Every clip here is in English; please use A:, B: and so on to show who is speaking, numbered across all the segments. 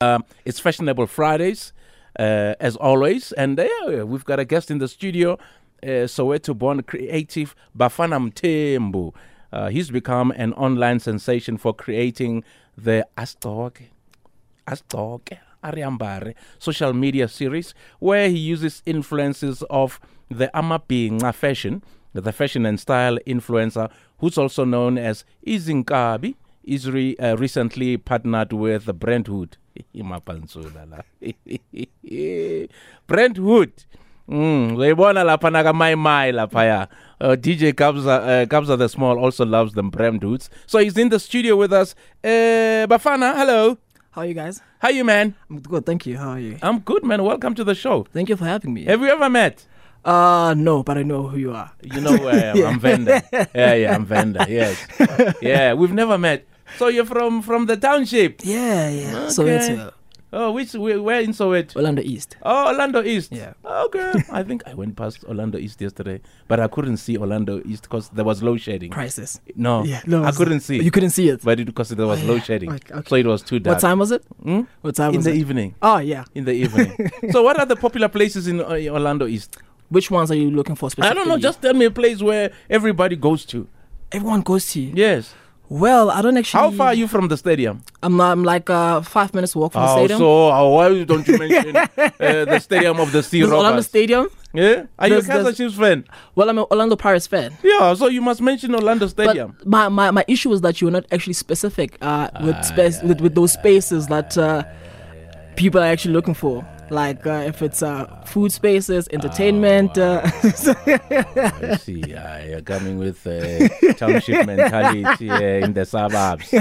A: Um, it's Fashionable Fridays, uh, as always, and uh, yeah, we've got a guest in the studio, uh, Soweto-born creative Bafana Mtembu. Uh, he's become an online sensation for creating the Astok, Astok Ariambare social media series, where he uses influences of the Amapinga fashion, the fashion and style influencer, who's also known as Izinkabi. Isri uh, recently partnered with Brent Hood. Imapanzula la. Brent Hood. Mm, uyayibona lapha naka my my laphaya uh, dj kabza uh, kabza the small also loves them brem dudes so he's in the studio with us uh, bafana hello
B: How are you guys?
A: how you man
B: I'm good, thank you. How are you?
A: i'm good man welcome to the show
B: Thank you for having me.
A: have you ever met
B: Uh no, but I know who you are.
A: you know where i am i'm venda yeah yeah i'm venda yes yeah we've never met so you're from from the township
B: Yeah, yeah. So
A: Okay.
B: it's uh,
A: oh which where, where in soweto
B: Orlando East.
A: Oh, Orlando East.
B: Yeah.
A: Okay. I think I went past Orlando East yesterday, but I couldn't see Orlando East because there was load shedding.
B: Crisis.
A: No,
B: Yeah, no,
A: Oh, I
B: it's-
A: couldn't see.
B: You couldn't see it.
A: but it, because there was
B: Oh,
A: load
B: yeah.
A: shedding,
B: Okay, okay.
A: so it was too dark.
B: What time was it?
A: Hmm?
B: What time
A: In
B: was
A: the
B: it?
A: evening.
B: oh yeah.
A: In the evening. so, what are the popular places in uh, Orlando East?
B: Which ones are you looking for
A: I
B: specifically?
A: don't know. Just tell me a place where everybody goes to.
B: everyone goes to. you.
A: Yes.
B: Well, I don't actually.
A: How far are you from the stadium?
B: I'm, I'm like uh, five minutes walk from the
A: Oh,
B: stadium.
A: so oh, why don't you mention uh, the stadium of the Sea
B: There's Orlando
A: Robbers?
B: Stadium.
A: Yeah. Are you a
B: There's-
A: Kaizer
B: there's-
A: Chiefs fan?
B: Well, I'm an Orlando Pirates fan.
A: Yeah. So you must mention Orlando Stadium.
B: But my, my, my issue is that you were not actually specific uh, with
A: Ah,
B: space with, with those spaces that uh, people are actually looking for. Like uh, if it's uh, food spaces, entertainment.
A: Oh,
B: uh,
A: I see. Uh, you're coming with uh, township mentality uh, in the suburbs.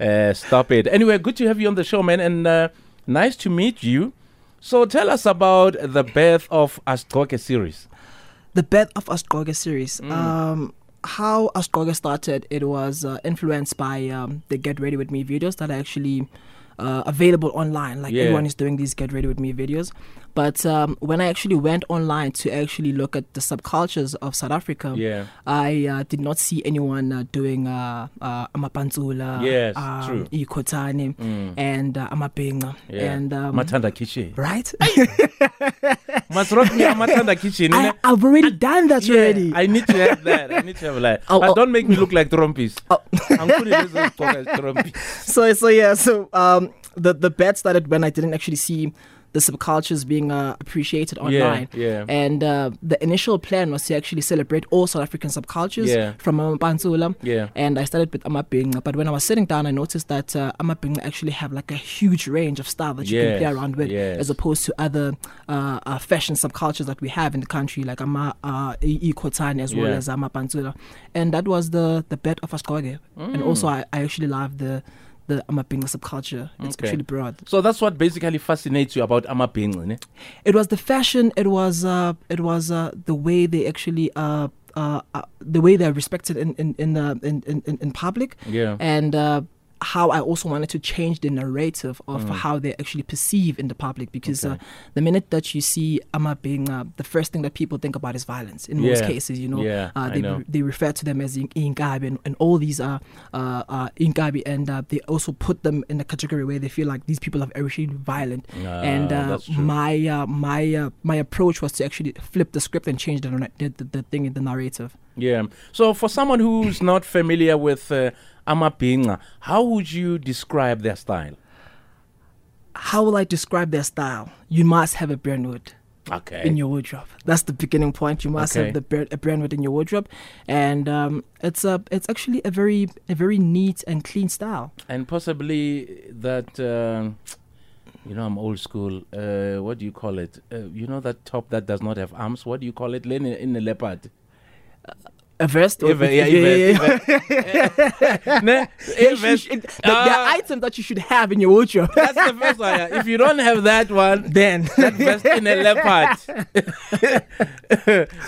A: Uh, stop it. Anyway, good to have you on the show, man, and uh, nice to meet you. So tell us about the birth of Astroke series.
B: the birth of Astroga series.
A: Mm.
B: Um, how Astroga started, it was uh, influenced by um, the Get Ready With Me videos that are actually uh, available online. Like
A: Yeah.
B: everyone is doing these Get Ready With Me videos. But um, when I actually went online to actually look at the subcultures of South Africa,
A: Yeah.
B: I uh, did not see anyone uh, doing uh, uh, Amapanzula,
A: Yes,
B: um,
A: true. Mm.
B: Ikotane, and uh, Amapinga.
A: Yeah.
B: And, um,
A: Matanda Kitchen.
B: right?
A: Must rock me a Matanda Kitchen.
B: I,
A: innit?
B: I've already done that already.
A: I need to have that. I need to have that.
B: Oh,
A: Uh,
B: oh.
A: don't make me look like Trumpis.
B: Oh.
A: I'm going to talk as Trumpis.
B: so so yeah so um the the bet started when i didn't actually see the subcultures being uh, appreciated online
A: yeah.
B: and uh, the initial plan was to actually celebrate all South African subcultures
A: Yeah.
B: from Amapanzula.
A: Yeah.
B: And I started with Amapinga, but when I was sitting down, I noticed that uh, Amapinga actually have like a huge range of style that you can play
A: Yes,
B: around with,
A: yes.
B: as opposed to other uh, uh, fashion subcultures that we have in the country, like Ama uh, Ikotani as well
A: Yeah.
B: as Amapanzula. And that was the the bet of Ascoge. And
A: Mm.
B: also, I, I actually love the the Amapinga subculture. It's
A: Okay.
B: actually broad.
A: So that's what basically fascinates you about Amaping. innit?
B: It was the fashion. It was uh, it was uh, the way they actually uh, uh, uh, the way they're respected in in in, uh, in, in, in- in public.
A: Yeah.
B: And uh, how I also wanted to change the narrative of
A: Mm.
B: how they actually perceive in the public because uh, the minute that you see Ama being uh, the first thing that people think about is violence in most
A: Yeah.
B: cases. You know,
A: Yeah,
B: uh,
A: I
B: they
A: know.
B: they refer to them as in- Ingabi and, and all these are uh, uh, Ingabi and uh, they also put them in a category where they feel like these people have actually been violent
A: Ah,
B: and uh,
A: that's true.
B: my uh, my uh, my approach was to actually flip the script and change the nar- the, the, the thing in the narrative.
A: Yeah. So, for someone who's not familiar with uh, Amapinga, how would you describe their style?
B: How will I describe their style? You must have a Brentwood
A: Okay.
B: in your wardrobe. That's the beginning point. You must
A: Okay.
B: have the Brent- a Brentwood in your wardrobe, and um, it's a it's actually a very a very neat and clean style.
A: and possibly that, um you know, I'm old school. Uh, what do you call it? Uh, you know, that top that does not have arms. What do you call it? Len in a leopard.
B: A vest, or-
A: Even- yeah, even- even- Ne?
B: They
A: Even-
B: should- should- the, the
A: Ah,
B: item that you should have in your wardrobe.
A: That's the first one. yeah. If you don't have that one,
B: then
A: that vest in a leopard,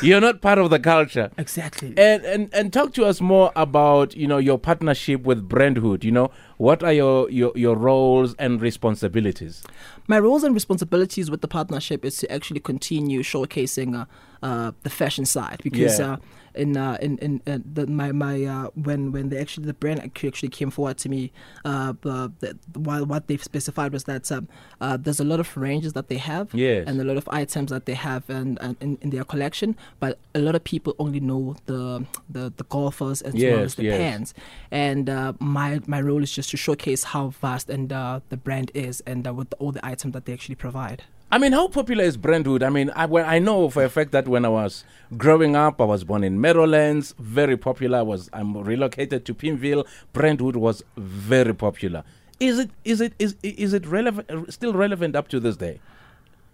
A: you're not part of the culture.
B: exactly.
A: And, and and talk to us more about you know your partnership with Brandhood. You know what are your, your your roles and responsibilities?
B: My roles and responsibilities with the partnership is to actually continue showcasing uh, uh, the fashion side because
A: Yeah.
B: uh, in, uh, in in in the, my my uh, when when they actually the brand ac- actually came forward to me, uh, uh, the, while what they've specified was that um, uh, there's a lot of ranges that they have
A: Yes.
B: and a lot of items that they have and, and in, in their collection, but a lot of people only know the the, the golfers as well
A: Yes,
B: as the
A: yes.
B: pants. And uh, my my role is just to showcase how vast and uh, the brand is and uh, with all the items that they actually provide.
A: I mean, how popular is Brentwood? I mean, I, well, I know for a fact that when I was growing up, I was born in Meadowlands, very popular. I was I'm relocated to Pinville. Brentwood was very popular. Is it is it is is it relevant uh, still relevant up to this day?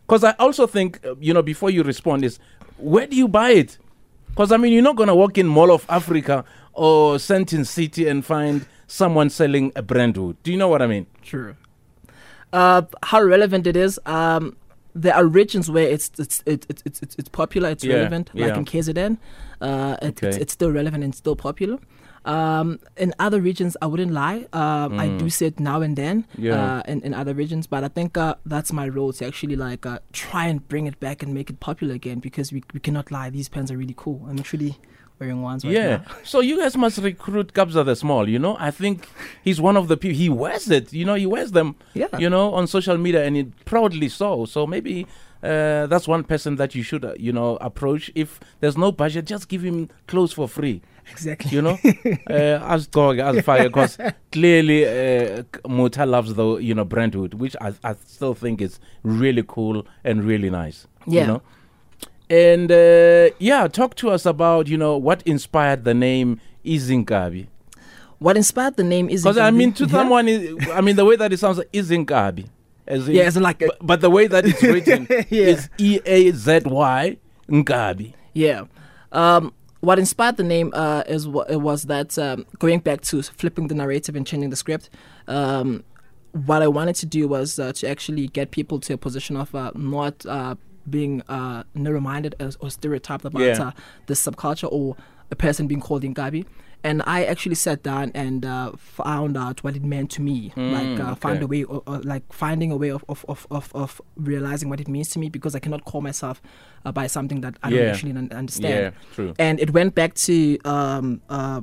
A: Because I also think uh, you know before you respond is where do you buy it? Because I mean, you're not gonna walk in Mall of Africa or Sentin City and find someone selling a Brentwood. Do you know what I mean?
B: True. Uh, how relevant it is. Um, there are regions where it's it's it's it's it's, it's- it's popular. It's
A: Yeah,
B: relevant, like
A: yeah.
B: in KZN. Uh, it, it's,
A: Okay.
B: it's still relevant and still popular. Um, in other regions, I wouldn't lie. Um, I do see it now and then
A: Mm. Yeah.
B: uh, in, in other regions, but I think uh, that's my role to actually like uh, try and bring it back and make it popular again because we, we cannot lie. These pants are really cool. I'm actually wearing ones right
A: yeah.
B: now.
A: So you guys must recruit Kabza the Small, you know? I think he's one of the people he wears it, you know, he wears them,
B: Yeah.
A: you know, on social media and it proudly so. So maybe uh, that's one person that you should, uh, you know, approach. If there's no budget, just give him clothes for free,
B: Exactly.
A: you know? uh, as dog, as fire, because clearly uh, K- Muta loves the, you know, Brentwood, which I, I still think is really cool and really nice, you
B: Yeah.
A: know? And uh, yeah, talk to us about you know what inspired the name Izinkabi.
B: What inspired the name is
A: Because I mean, to
B: Yeah.
A: someone, is, I mean the way that it sounds Izinkabi, as in,
B: Yeah, as in like a-
A: but, but the way that it's written
B: Yeah.
A: is E A Z Y Nkabi.
B: Yeah. Um, what inspired the name uh, is wha- it was that um, going back to flipping the narrative and changing the script. Um, what I wanted to do was uh, to actually get people to a position of uh, not uh, being uh, narrow-minded as, or stereotyped about
A: Yeah.
B: uh, this subculture or a person being called Ingabi. And I actually sat down and uh, found out what it meant to me, like uh, found
A: Mm, okay.
B: a way, or, or, like finding a way of, of, of, of, of realizing what it means to me because I cannot call myself uh, by something that I
A: Yeah.
B: don't actually un- understand.
A: Yeah, true.
B: And it went back to um, uh,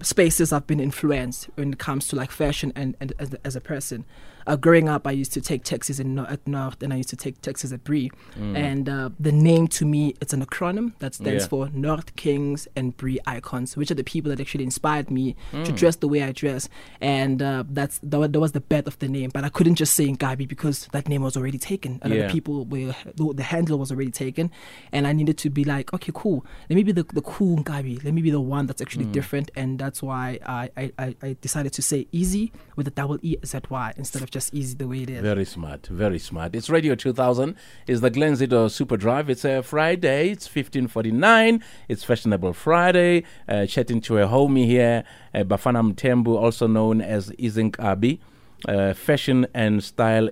B: spaces I've been influenced when it comes to like fashion and, and as, as a person. Uh, growing up, I used to take taxis in, Nor- at North and I used to take taxis at Brie. And uh, the name to me, it's an acronym that stands
A: Mm. Yeah.
B: for North Kings and Brie Icons, which are the people that actually inspired me to
A: Mm.
B: dress the way I dress. And uh, that's that, wa- that was the birth of the name. But I couldn't just say Ngabi because that name was already taken. A lot
A: Yeah.
B: of people people were the, the handler was already taken and i needed to be like okay cool let me be the, the cool gabi let me be the one that's actually
A: Mm.
B: different and that's why I, I i I decided to say easy with a double e z y instead of just easy the way it is
A: Very smart, very smart. It's Radio 2000. It's the Glen Zito Super Drive. It's a Friday. It's 15:49. It's Fashionable Friday. Uh, chatting to a homie here, uh, Bafana Mtembu, also known as Izinkabi, uh, fashion and style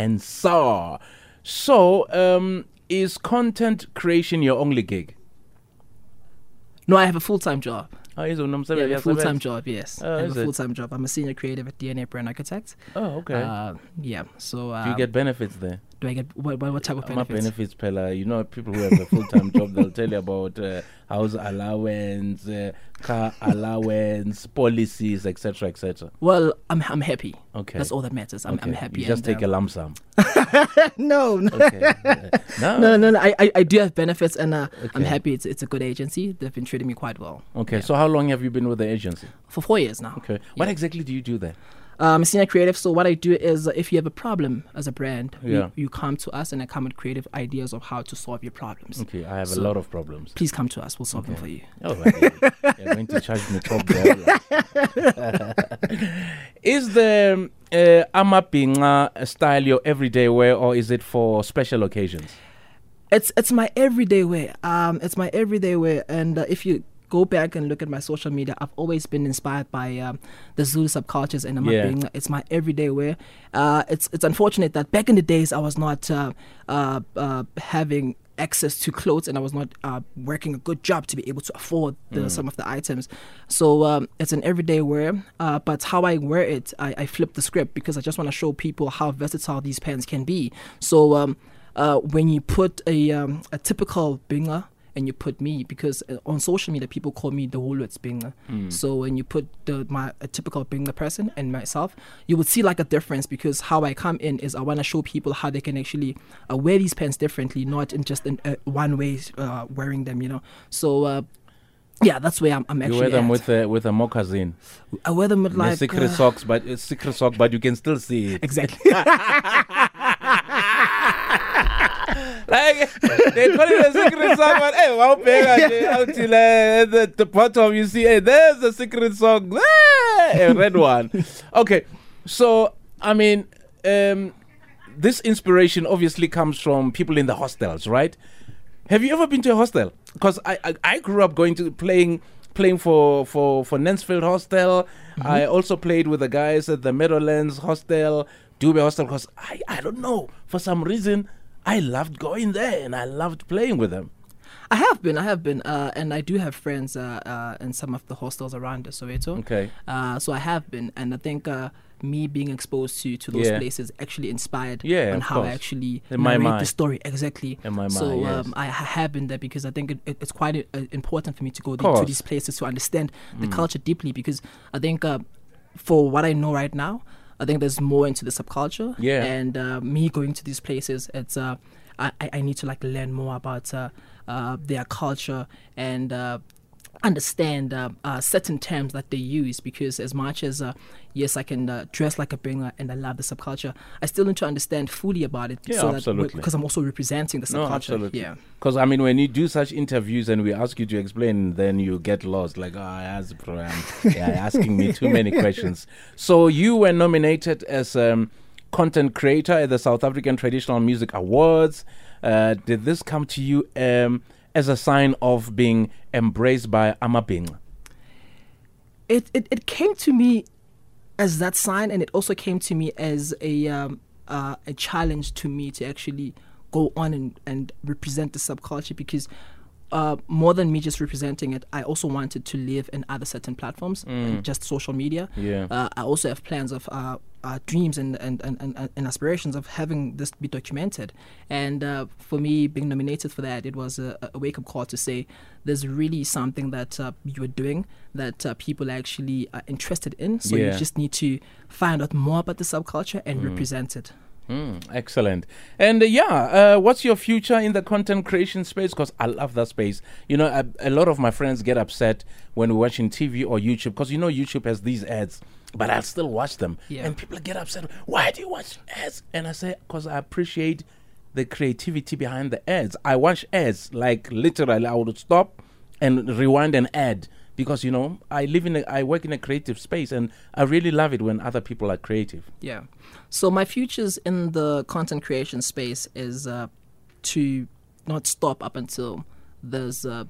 A: influencer. So, um, is content creation your only gig?
B: no i have a full-time job
A: Oh, is it?
B: yeah, I have
A: Yes,
B: a full-time
A: yes.
B: job yes
A: Oh,
B: i have
A: is
B: a
A: it?
B: full-time job i'm a senior creative at dna brand architect
A: Oh, okay.
B: uh, yeah so uh,
A: Do you get benefits there?
B: do i get what, what, what type of
A: My benefits,
B: benefits
A: Pella. You know, people who have a full time job, they'll tell you about uh, house allowance, uh, car allowance, policies, etc., etc.
B: well i'm i'm happy
A: Okay.
B: that's all that matters i'm, I'm
A: Okay,
B: happy
A: You just
B: and, um,
A: take a lump sum.
B: uh, no no
A: Okay. Uh, no.
B: no, no, no. I, I, I do have benefits, and uh, I'm
A: Okay.
B: happy. It's, it's a good agency. They've been treating me quite well
A: Okay. So, how long have you been with the agency?
B: for four years now.
A: Okay. What exactly do you do there?
B: Um, senior creative. So what I do is, uh, if you have a problem as a brand, you-
A: Yeah.
B: you, come to us, and I come with creative ideas of how to solve your problems.
A: Okay. I have
B: So-
A: a lot of problems.
B: Please come to us. We'll solve them for you.
A: Oh, okay. you're going to charge me top dollar. is the uh, amapinga style your everyday wear, or is it for special occasions?
B: It's it's my everyday wear. Um, it's my everyday wear, and uh, if you go back and look at my social media, I've always been inspired by um, the Zulu subcultures, and I'm
A: Yeah.
B: being it's my everyday wear. Uh, it's it's unfortunate that back in the days I was not uh, uh, uh, having access to clothes and I was not uh, working a good job to be able to afford the, some of the items. So um, it's an everyday wear, uh, but how I wear it, I, I flip the script because I just want to show people how versatile these pants can be. So um, uh, when you put a um, a typical binger and you put me because uh, on social media people call me the Woolworths binger.
A: Hmm.
B: So when you put the my a typical binger person and myself, you would see like a difference because how I come in is I want to show people how they can actually uh, wear these pants differently, not in just in uh, one way uh, wearing them. You know, so. Uh, yeah, that's where I'm, I'm
A: You
B: actually.
A: wear them
B: at.
A: with a, with a moccasin,
B: I wear them with
A: like,
B: like
A: secret
B: uh,
A: socks, but uh, secret sock, but you can still see it.
B: Exactly.
A: like they call it a secret song, but hey, how big are they? Until uh, the, the bottom, you see, hey, there's a secret song, Hey, a red one. Okay, so I mean, um, this inspiration obviously comes from people in the hostels, right? Have you ever been to a hostel? Because I, I I grew up going to playing playing for for for Mansfield Hostel. I also played with the guys at the Meadowlands Hostel, Dube Hostel. Because I I don't know for some reason I loved going there and I loved playing with them.
B: I have been, I have been, uh, and I do have friends uh, uh, in some of the hostels around Soweto.
A: Okay.
B: Uh, so I have been, and I think uh, me being exposed to to those
A: Yeah.
B: places actually inspired
A: Yeah,
B: on
A: of
B: how I
A: course.
B: actually
A: In my
B: narrate the
A: mind.
B: story exactly.
A: In my
B: so
A: mind, yes.
B: um, I ha- have been there because I think it, it, it's quite uh, important for me to go the, to
A: Course. Mm.
B: these places to understand the culture deeply because I think uh, for what I know right now, I think there's more into the subculture.
A: Yeah.
B: And uh, me going to these places, it's uh, I, I I need to like learn more about uh, uh, their culture and. Uh, understand uh, uh, certain terms that they use because as much as uh, yes i can uh, dress like a bringer and i love the subculture i still need to understand fully about it
A: Yeah,
B: so that
A: absolutely.
B: because i'm also representing the subculture yeah
A: Because I mean, when you do such interviews and we ask you to explain, then you get lost. Like, oh, I asked, bro, um, yeah, asking me too many questions. So you were nominated as um, content creator at the South African Traditional Music Awards. Uh, did this come to you um, as a sign of being embraced by Amabing?
B: it, it it came to me as that sign, and it also came to me as a um, uh, a challenge to me to actually go on and, and represent the subculture because uh, more than me just representing it, I also wanted to live in other certain platforms, and just social media.
A: Yeah.
B: Uh, I also have plans of uh, uh, dreams and and, and, and and aspirations of having this be documented. And uh, for me, being nominated for that, it was a, a wake up call to say there's really something that uh, you're doing that uh, people actually are interested in. So you
A: Yeah.
B: just need to find out more about the subculture and represent it.
A: Mm, excellent. And uh, yeah, uh, what's your future in the content creation space? Because I love that space. You know, a, a lot of my friends get upset when we're watching TV or YouTube because you know YouTube has these ads, but I'll still watch them.
B: Yeah.
A: And people get upset. Why do you watch ads? And I say, because I appreciate the creativity behind the ads. I watch ads, like literally, I would stop and rewind an ad because you know I live in a, I work in a creative space and I really love it when other people are creative.
B: Yeah. So my futures in the content creation space is uh, to not stop up until there's uh,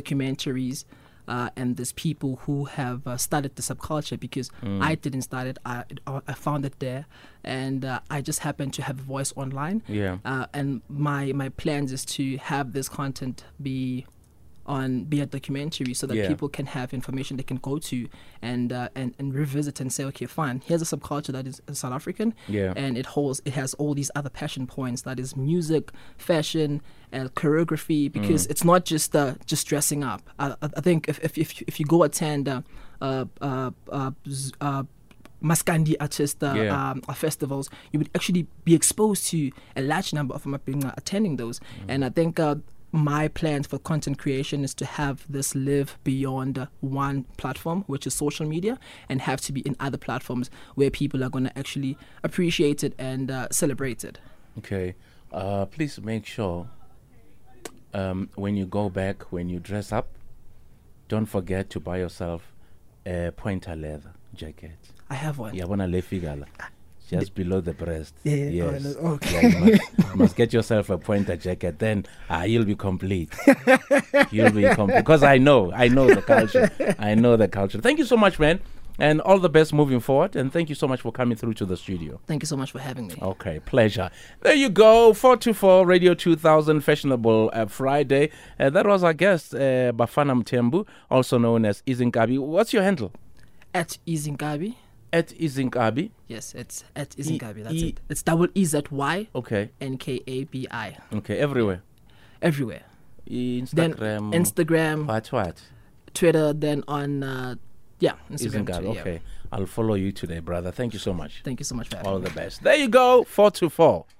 B: documentaries uh, and there's people who have uh, started the subculture because I didn't start it. I, I found it there, and uh, I just happened to have a voice online.
A: Yeah.
B: Uh, and my my plans is to have this content be on be a documentary so that
A: Yeah.
B: people can have information they can go to and uh, and and revisit and say okay fine here's a subculture that is South African
A: Yeah.
B: and it holds it has all these other passion points that is music fashion and choreography because
A: Mm.
B: it's not just uh, just dressing up I, I I think if if if you, if you go attend uh, uh, uh, uh, z- uh, Maskandi artist uh,
A: Yeah.
B: um, uh, festivals, you would actually be exposed to a large number of Amapinga attending those.
A: Mm.
B: And I think uh, my plan for content creation is to have this live beyond uh, one platform, which is social media, and have to be in other platforms where people are going to actually appreciate it and uh, celebrate it.
A: Okay. Uh, please make sure um, when you go back, when you dress up, don't forget to buy yourself a pointer leather jacket.
B: I have one.
A: Yeah, wanna le figala. Just below the breast.
B: Yeah, yeah, oh,
A: Yes.
B: no, okay.
A: Yeah, you, must, you must get yourself a pointer jacket. Then ah, you'll be complete. you'll be complete. Because I know, I know the culture. I know the culture. Thank you so much, man, and all the best moving forward. And thank you so much for coming through to the studio.
B: Thank you so much for having me.
A: Okay, pleasure. There you go, 424 Radio 2000 Fashionable uh, Friday. Uh, that was our guest, uh, Bafana Mtembu, also known as Izinkabi. What's your handle?
B: At Izingabi
A: at Izinkabi.
B: Yes, it's at
A: E,
B: Izinkabi. That's it. It's double E Z Y
A: Okay.
B: N K A B I
A: Okay. Everywhere.
B: everywhere. Then
A: Instagram.
B: Instagram,
A: what what?
B: Twitter, then on uh, yeah,
A: Izinkabi.
B: Instagram. Twitter, yeah.
A: Okay. I'll follow you today, brother. Thank you so much.
B: Thank you so much for having me.
A: All the best. There you go. Four to four.